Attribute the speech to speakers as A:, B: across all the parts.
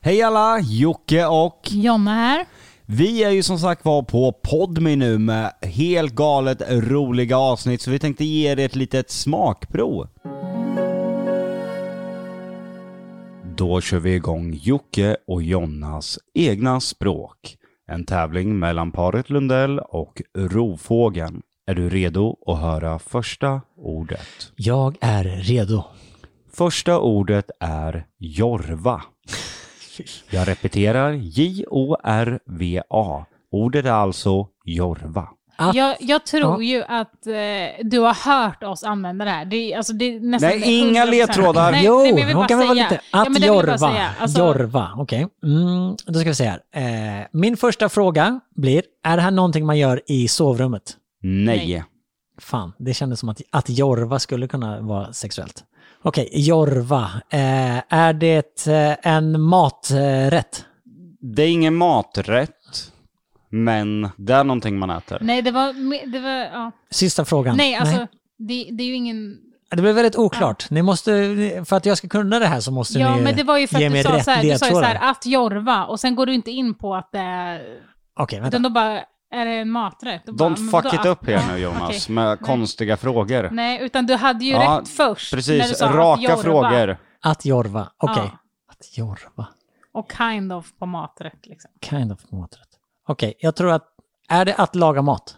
A: Hej alla, Jocke och
B: Jonna här.
A: vi är ju som sagt var på Podme nu med helt galet roliga avsnitt så vi tänkte ge er ett litet smakprov. Då kör vi igång Jocke och Jonnas egna språk. En tävling mellan paret Lundell och Rovfågeln. Är du redo att höra första ordet?
C: Jag är redo.
A: Första ordet är jorva. Jag repeterar J-O-R-V-A. Ordet är alltså jorva.
C: Att-
B: jag, jag
C: Ah.
B: tror ju att eh, du har hört oss använda det här. Det, är- alltså, det är nästan
A: Nej, inga
B: 100%.
A: ledtrådar.
B: Nej,
C: jo,
B: nej, men jag vill
C: hon
B: bara
C: kan väl vara
B: säga.
C: lite...
B: Ja,
C: Att
B: men det vill jag bara
C: jorva.
B: säga. Alltså,
C: Jorva, okej. Mm, då ska vi se här. Eh, min första fråga blir, är det här någonting man gör i sovrummet?
A: Nej.
B: Nej.
C: Fan, det kändes som att, att jorva skulle kunna vara sexuellt. Okej, jorva. Eh, är det eh, en maträtt?
A: Det är ingen maträtt, men det är någonting man äter.
B: Nej, det var... me- Det var ja.
C: Sista frågan.
B: Nej, alltså Det, det är ju ingen...
C: Det blev väldigt oklart. Ni måste, för att jag ska kunna det här så måste
B: Ja,
C: ni
B: men det var ju för
C: ge
B: att du
C: mig
B: sa
C: rätt
B: så här, du sa ju så
C: ledtrådar.
B: här, att jorva, och sen går du inte in på att det är...
C: Okej, vänta.
B: Utan då bara, är det en maträtt? Då bara,
A: Don't
B: men
A: fuck
B: vadå
A: it
B: att-
A: up här
B: ja,
A: nu Jonas,
B: okej.
A: med konstiga frågor.
B: Nej, utan du hade ju
A: Ja,
B: rätt först. när du
A: Precis,
B: sa att
A: raka
B: jorva
A: frågor.
C: Att jorva. Okej.
B: Ja.
C: Att jorva.
B: Och kind of på maträtt liksom.
C: Kind of maträtt. Okej, jag tror att... Är det att laga mat?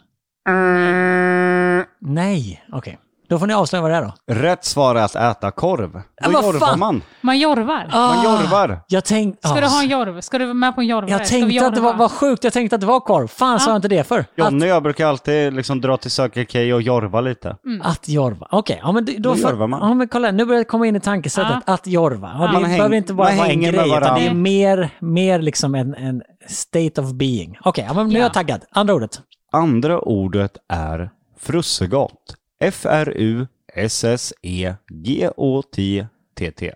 B: Mm.
C: Nej. Okej. Då får ni avslöja vad det är då.
A: Rätt svar är att äta korv. Då
C: vad
A: jorvar
C: fan?
A: man.
B: Man jorvar.
A: Man jorvar.
C: Jag tänkte...
B: Ah. Ska du ha en jorv? Ska du vara med på en jorvrätt?
C: jag
B: Ska vi
C: tänkte att det var,
B: jorva? Ah.
C: var sjukt. Jag tänkte att det var korv. Fan, sa jag inte det för? Att,
A: Jonny och jag brukar alltid liksom dra till Söker Key och jorva lite.
C: att jorva. Okej, ja men det- då...
A: Då
C: får-
A: jorvar man.
C: Ja men kolla, nu börjar det komma in i tankesättet.
B: Ah.
C: Att jorva. Ja, det
A: Man häng-
C: behöver inte bara
A: man
C: vara en
A: hänger med
C: grej, utan det är
A: varandra.
C: mer, mer liksom en, en state of being. Okej, ja, men nu är
B: Ja.
C: jag taggad. Andra ordet.
A: Andra ordet är frussegott. E F-R-U-S-S-E-G-O-T-T-T.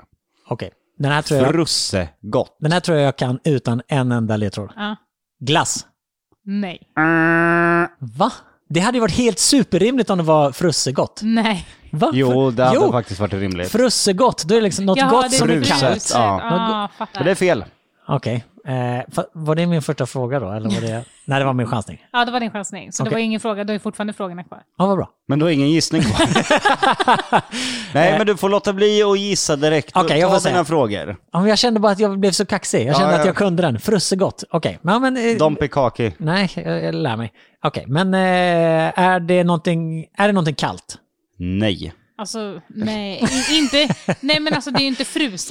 C: Okej. Den här tror jag...
A: Frussegott.
C: Den här tror jag jag kan utan en enda ledtråd.
B: Ja.
C: Glass.
B: Nej.
C: Ah, Va? Det hade ju varit helt superrimligt om det var frussegott.
B: Nej.
C: Va?
A: Jo, det hade
C: Jo,
A: faktiskt varit rimligt.
C: Frussegott, då är det liksom något gott som är
A: fruset.
C: kallt.
A: Ja.
B: Ja, ah,
A: Men det är
B: fattar.
A: fel.
C: Okej. Eh, fa- var det min första fråga då? Eller var det... Nej, det var min chansning.
B: Ja, det var din chansning. Så det
C: Okej.
B: var ingen fråga. Då är fortfarande frågorna kvar.
C: Ja, vad bra.
A: Men du har ingen gissning kvar. Nej, men du får låta bli att gissa direkt.
C: Eh. Okej, jag
A: Ta
C: får säga.
A: dina frågor.
C: Ja, men jag kände bara att jag blev så kaxig. Jag
A: Ja,
C: kände
A: ja.
C: att jag kunde den. Frussegott. Okej. Ja, men... Eh,
A: Dompi kaki.
C: Nej, jag, jag lär mig. Okej, men eh, är, det någonting, är det någonting kallt?
A: Nej.
B: Alltså, nej. I, inte, nej, men alltså det är ju inte fruset.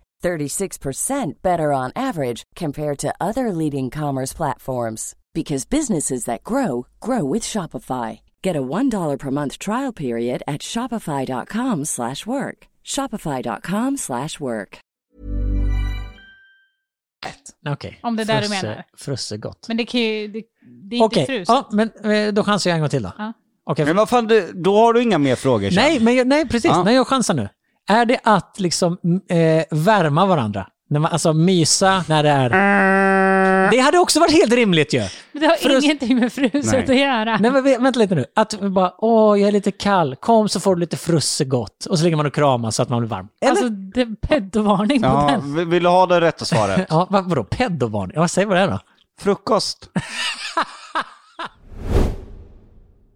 D: 36% better on average compared to other leading commerce platforms because businesses that grow grow with Shopify. Get a $1 per month trial period at shopify.com/work. slash work. shopify.com/work. slash work.
C: Okej.
B: Om det är där du menar.
C: Frussegott.
B: Men det, kan ju, det, det är
C: Okej,
B: inte fruset.
C: ja, men eh, då chansar jag en gång till då.
B: Ja.
C: Okej,
A: Men vad fan, du, då har du inga mer frågor. Kjell.
C: Nej, men jag, nej, precis.
A: Ja.
C: Nej, jag chansar nu. Är det att liksom mm, eh, värma varandra? När man, alltså mysa när det är...
B: Mm.
C: Det hade också varit helt rimligt ju.
B: Men det har
C: Frus-
B: ingenting med fruset
A: Nej.
B: att göra.
C: Nej, men vä- vänta lite nu. Att vi bara, åh, jag är lite kall. Kom så får du lite frussegott. Och så ligger man och kramas så att man blir varm. Eller?
B: Alltså, det är pedovarning på
A: Ja,
B: den.
A: vi- vill du ha det rätta svaret?
C: ja, vad, vadå? Pedobarn? Ja, säg vad det är då.
A: Frukost.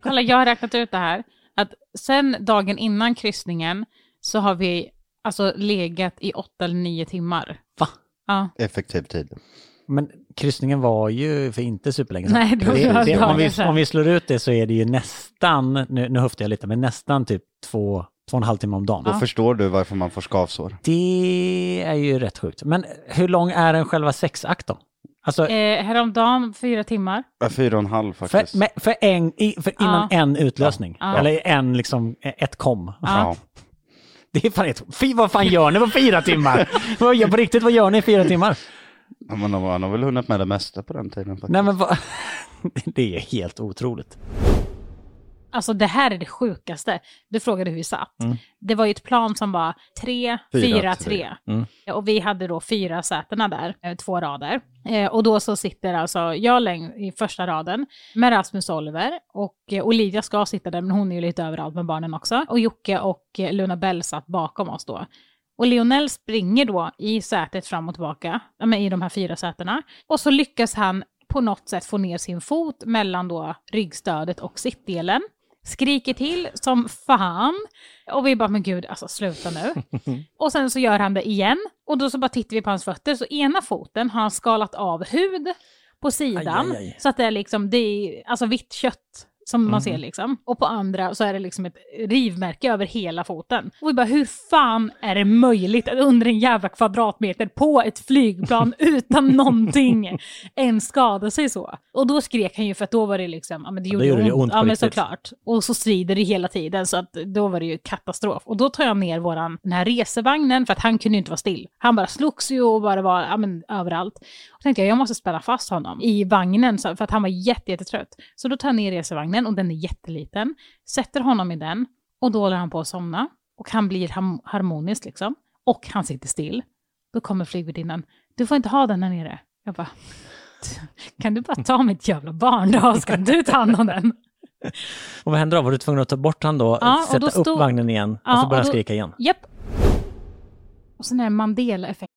B: Kolla, jag har räknat ut det här. Att sen dagen innan kryssningen så har vi alltså legat i åtta eller nio timmar.
C: Va?
B: Ja.
E: Effektiv tid.
C: Men kryssningen var ju för inte superlänge sedan.
B: Nej, det var
C: Det-
B: ju
C: det-
B: aldrig
C: om, vi,
B: sedan.
C: om vi slår ut det så är det ju nästan, nu, nu höftar jag lite, men nästan typ två, två och en halv timme om dagen.
E: Då förstår du varför man får skavsår.
C: Det är ju rätt sjukt. Men hur lång är den själva sexakt då? Alltså,
B: Eh, häromdagen fyra timmar.
E: Ja, Fyra och en halv faktiskt.
C: för, med, för, en, i, för innan en utlösning.
B: Ja.
C: Eller en, liksom, ett kom.
E: ja.
C: Det är fan ett, fy, vad fan gör ni på fyra timmar? vad gör, på riktigt, vad gör ni i fyra timmar?
E: Ja, men han har- han har väl hunnit med det mesta på den tiden faktiskt.
C: Nej men vad... Det är helt otroligt.
B: Alltså det här är det sjukaste. Du frågade hur vi satt. Det var ju ett plan som var 3,
E: Mm. Fyra,
B: 4,
E: tre. Mm.
B: 3. Och vi hade då fyra sätena där, eh, två rader. Eh, och då så sitter alltså jag läng- i första raden med Rasmus Oliver. Och eh, Olivia ska sitta där, men hon är ju lite överallt med barnen också. Och Jocke och eh, Luna Bell satt bakom oss då. Och Lionel springer då i sätet fram och tillbaka, ja, men i de här fyra sätena. Och så lyckas han på något sätt få ner sin fot mellan då ryggstödet och sittdelen. Skriker till som fan. Och vi bara, men gud, alltså sluta nu. och sen så gör han det igen. Och då så bara tittar vi på hans fötter. Så ena foten har han skalat av hud på sidan.
C: Aj, aj, aj.
B: Så att det är liksom, det är alltså vitt kött som man
C: Mhm.
B: ser liksom. Och på andra så är det liksom ett rivmärke över hela foten. Och vi bara, hur fan är det möjligt att under en jävla kvadratmeter på ett flygplan utan någonting ens skada sig så? Och då skrek han ju för att då var det liksom, ja men det
C: Ja,
B: gjorde,
C: då gjorde det ont på
B: Ja men
C: riktigt.
B: såklart. Och så strider det hela tiden så att då var det ju katastrof. Och då tar jag ner våran, den här resevagnen för att han kunde ju inte vara still. Han bara slogs ju och bara var, ja men överallt. Och tänkte jag, jag måste spänna fast honom i vagnen så, för att han var jätte, jättetrött. Så då tar jag ner resevagnen och den är jätteliten, sätter honom i den och då håller han på att somna. Och han blir ham- harmonisk liksom. Och han sitter still. Då kommer flygvärdinnan. Du får inte ha den här nere. Jag bara, kan du bara ta mitt jävla barn då? Ska du ta hand om den?
C: Och vad hände då? Var du tvungen att ta bort han då?
B: Ja, och
C: sätta
B: då stod-
C: upp vagnen igen?
B: Ja,
C: och så
B: och
C: började han
B: då-
C: skrika igen?
B: Japp. Och sen är det Mandela-effekten.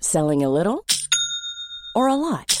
D: Selling a little or a lot?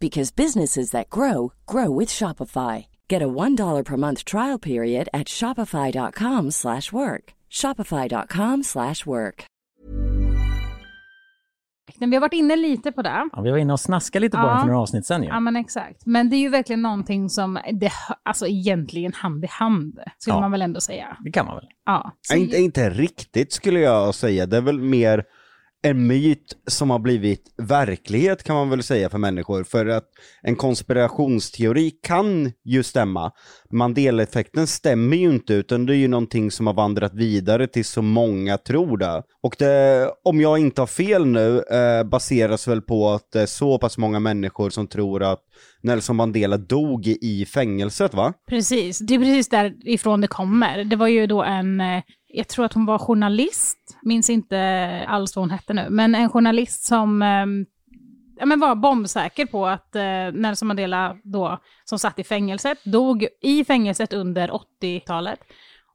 D: because businesses that grow grow with Shopify. Get a $1 per month trial period at shopify.com/work. slash work. shopify.com/work. slash work.
B: Vi har varit inne lite på det.
C: Ja, vi var inne och snaskade lite på
B: Ja.
C: den för några avsnitt sen ju.
B: Ja men exakt. Men det är ju verkligen någonting som, det, hö- alltså egentligen hand i hand, skulle
C: Ja.
B: man väl ändå säga.
C: Det kan man väl?
B: Ja. Så-
E: Nej, inte, inte riktigt skulle jag säga. Det är väl mer en myt som har blivit verklighet kan man väl säga för människor. För att en konspirationsteori kan ju stämma. Mandela-effekten stämmer ju inte utan det är ju någonting som har vandrat vidare till så många tror det. Och det, om jag inte har fel nu, eh, baseras väl på att det är så pass många människor som tror att Nelson Mandela dog i fängelset va?
B: Precis, det är precis därifrån det kommer. Det var ju då en, eh, jag tror att hon var journalist, minns inte alls vad hon hette nu, men en journalist som eh, ja, men var bombsäker på att eh, Nelson Mandela då, som satt i fängelset, dog i fängelset under 80-talet.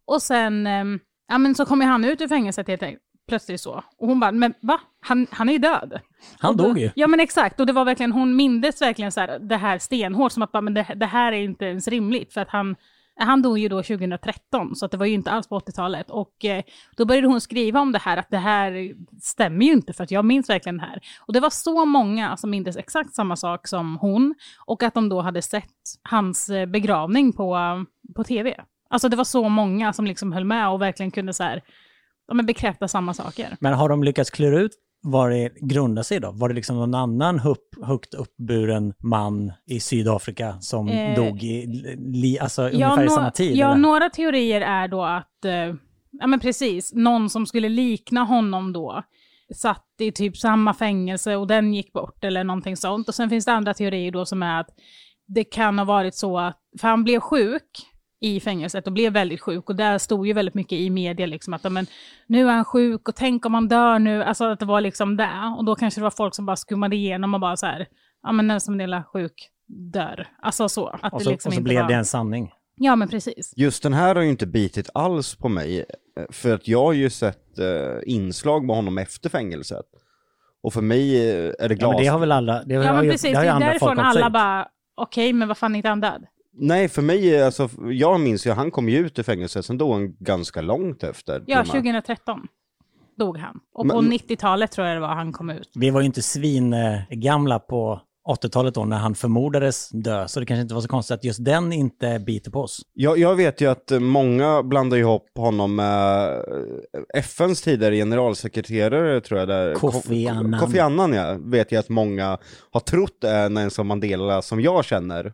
B: Och sen, eh, ja men så kom ju han ut ur fängelset helt enkelt. Plötsligt så. Och hon bara, men va? Han, han är ju död.
C: Han
B: Och då-
C: dog ju.
B: Ja men exakt, och det var verkligen, hon mindes verkligen så här, det här stenhårt som att bara, men det, det här är inte ens rimligt för att han, han dog ju då 2013 så att det var ju inte alls på 80-talet och eh, då började hon skriva om det här att det här stämmer ju inte för att jag minns verkligen det här. Och det var så många som mindes exakt samma sak som hon och att de då hade sett hans eh, begravning på, på tv. Alltså det var så många som liksom höll med och verkligen kunde så här, ja, men bekräfta samma saker.
C: Men har de lyckats klura ut vad det grundar sig då? Var det liksom någon annan upp, högt uppburen man i Sydafrika som
B: Eh,
C: dog i, li, alltså,
B: Ja,
C: ungefär i
B: nå-
C: samma tid?
B: Ja,
C: eller?
B: några teorier är då att, eh, ja men precis, någon som skulle likna honom då satt i typ samma fängelse och den gick bort eller någonting sånt. Och sen finns det andra teorier då som är att det kan ha varit så att, för han blev sjuk i fängelset och blev väldigt sjuk och där stod ju väldigt mycket i media liksom att ja, men, nu är han sjuk och tänk om han dör nu, alltså att det var liksom det. Och då kanske det var folk som bara skummade igenom och bara så här, ja men Nelson Mandela sjuk, dör. Alltså så. Att
C: och
B: det
C: så,
B: liksom
C: och så
B: inte
C: blev
B: var...
C: det en sanning.
B: Ja, men precis.
E: Just den här har ju inte bitit alls på mig, eh, för att jag har ju sett eh, inslag med honom efter fängelset. Och för mig eh, är det
C: Ja,
E: glas...
C: men det har väl alla... Det har,
B: Ja, men
C: ju-
B: precis. Det
C: har ju
B: är
C: andra folk
B: därifrån
C: också
B: alla
C: gjort.
B: bara, okej, men vad fan är inte han död?
E: Nej, för mig, eh, alltså, jag minns ju, han kom ju ut ur fängelset, sen dog han ganska långt efter. till
B: Ja,
E: och med.
B: 2013. dog han. Och
E: Men-
B: på 90-talet tror jag det var han kom ut.
C: Vi var ju inte svin eh, gamla på 80-talet då när han förmodades dö, så det kanske inte var så konstigt att just den inte biter på oss.
E: Jag, jag vet ju att eh, många blandar ihop honom med eh, FNs tidigare generalsekreterare tror jag. Där.
C: Kofi Annan.
E: Kofi Annan ja, vet jag att många har trott är Nelson Mandela som jag känner.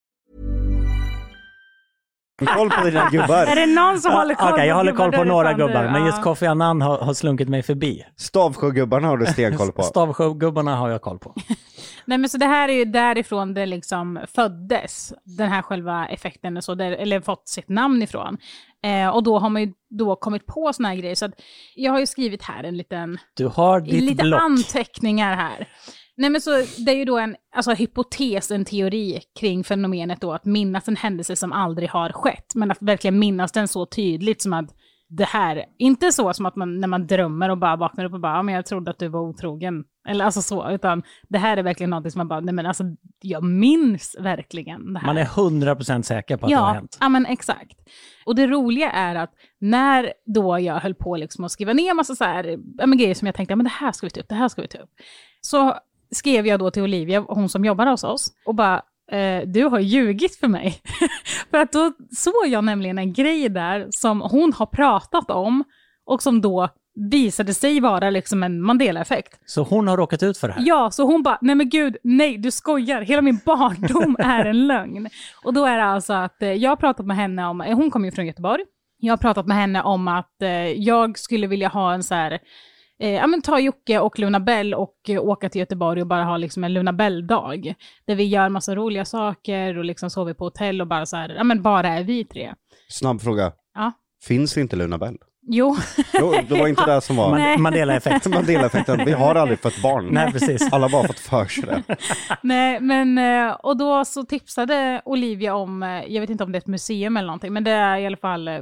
E: koll på dina gubbar.
B: Är det någon som
C: Ah,
B: håller koll
C: Okej, jag håller koll
B: gubbar, då
C: på
B: är det
C: några
B: fan du.
C: gubbar, men
B: Ja.
C: just Kofi Annan har, har slunkit mig förbi.
E: Stavsjögubbarna har du stenkoll på.
C: Stavsjögubbarna har jag koll på.
B: Nej men så det här är ju därifrån det liksom föddes, den här själva effekten, och så, där, eller fått sitt namn ifrån. Eh, och då har man ju då kommit på såna här grejer. Så att jag har ju skrivit här en liten
C: Du har ditt
B: lite
C: block.
B: anteckningar här. Nej, men så, det är ju då en alltså, hypotes, en teori kring fenomenet då att minnas en händelse som aldrig har skett, men att verkligen minnas den så tydligt som att det här, inte så som att man när man drömmer och bara vaknar upp och bara, ja, men jag trodde att du var otrogen, eller alltså så, utan det här är verkligen någonting som man bara, nej men alltså jag minns verkligen det här.
C: Man är 100% säker på att det har
B: Ja,
C: hänt.
B: ja men exakt. Och det roliga är att när då jag höll på liksom att skriva ner massa så här, ja, men grejer som jag tänkte, ja, men det här ska vi ta upp, det här ska vi ta upp. Så skrev jag då till Olivia, hon som jobbar hos oss, och bara, eh, du har ljugit för mig. för att då såg jag nämligen en grej där som hon har pratat om och som då visade sig vara liksom en Mandela-effekt.
C: Så hon har råkat ut för det här.
B: Ja, så hon bara, nej men gud, nej du skojar, hela min barndom är en lögn. Och då är det alltså att eh, jag har pratat med henne om, eh, hon kommer ju från Göteborg, jag har pratat med henne om att eh, jag skulle vilja ha en så här, eh, ja men ta Jocke och Luna Bell och eh, åka till Göteborg och bara ha liksom en Luna Bell-dag. Där vi gör massa roliga saker och liksom sover på hotell och bara så här, ja men bara är vi tre.
E: Snabb fråga.
B: Ja.
E: Finns inte Luna Bell?
B: Jo,
E: Jo, det var inte det som var
B: Nej.
C: Man, Mandela-effekt.
E: Mandela-effekten. Vi har aldrig fått barn.
C: Nej, precis.
E: Alla har bara fått för sig det.
B: Nej, men eh, och då så tipsade Olivia om, eh, jag vet inte om det är ett museum eller någonting, men det är i alla fall eh,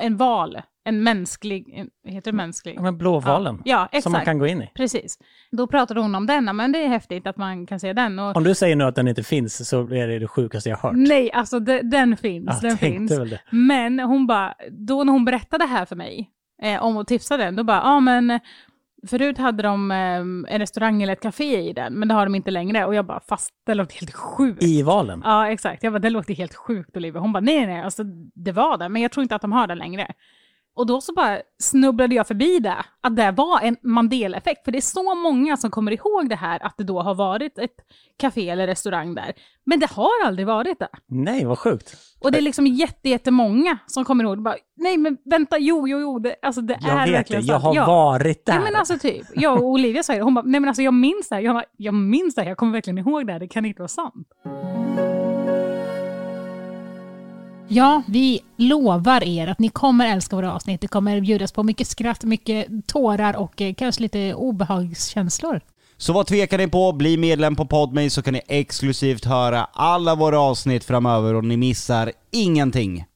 B: en val, en mänsklig, en- heter det mänsklig?
C: Ja, men Blåvalen.
B: Ja,
C: som man
B: exakt.
C: kan gå in i.
B: Precis. Då pratade hon om denna, men det är häftigt att man kan se den. Och,
C: Om du säger nu att den inte finns så är det det sjukaste jag har hört.
B: nej, alltså de, den finns,
C: jag
B: den
C: tänkte
B: finns.
C: väl det.
B: Men hon bara, då när hon berättade det här för mig, eh, om att tipsa den, då bara, ja ah, men eh, förut hade de eh, en restaurang eller ett café i den, men det har de inte längre. Och jag bara, fast det låter helt sjukt.
C: I valen.
B: Ja, exakt. Jag bara, det låter helt sjukt Olivia. Hon bara, nej nej, nej, alltså, det var det, men jag tror inte att de har det längre. Och då så bara snubblade jag förbi det, att det var en Mandela-effekt. För det är så många som kommer ihåg det här, att det då har varit ett café eller restaurang där. Men det har aldrig varit det.
C: Nej, vad sjukt.
B: Och det är liksom jätte, jättemånga som kommer ihåg det. Bara, nej men vänta, jo, jo, jo, det, alltså det
C: Jag
B: är
C: vet det.
B: verkligen
C: Jag
B: sant.
C: har
B: Ja.
C: varit där.
B: Ja, men alltså typ. Jag och Olivia säger det. Hon bara, nej men alltså jag minns det här. Jag, bara, jag minns det här. Jag kommer verkligen ihåg det här. Det kan inte vara sant. Ja, vi lovar er att ni kommer älska våra avsnitt. Det kommer bjudas på mycket skratt, mycket tårar och eh, kanske lite obehagskänslor.
A: Så vad tvekar ni på? Bli medlem på Podme så kan ni exklusivt höra alla våra avsnitt framöver och ni missar ingenting.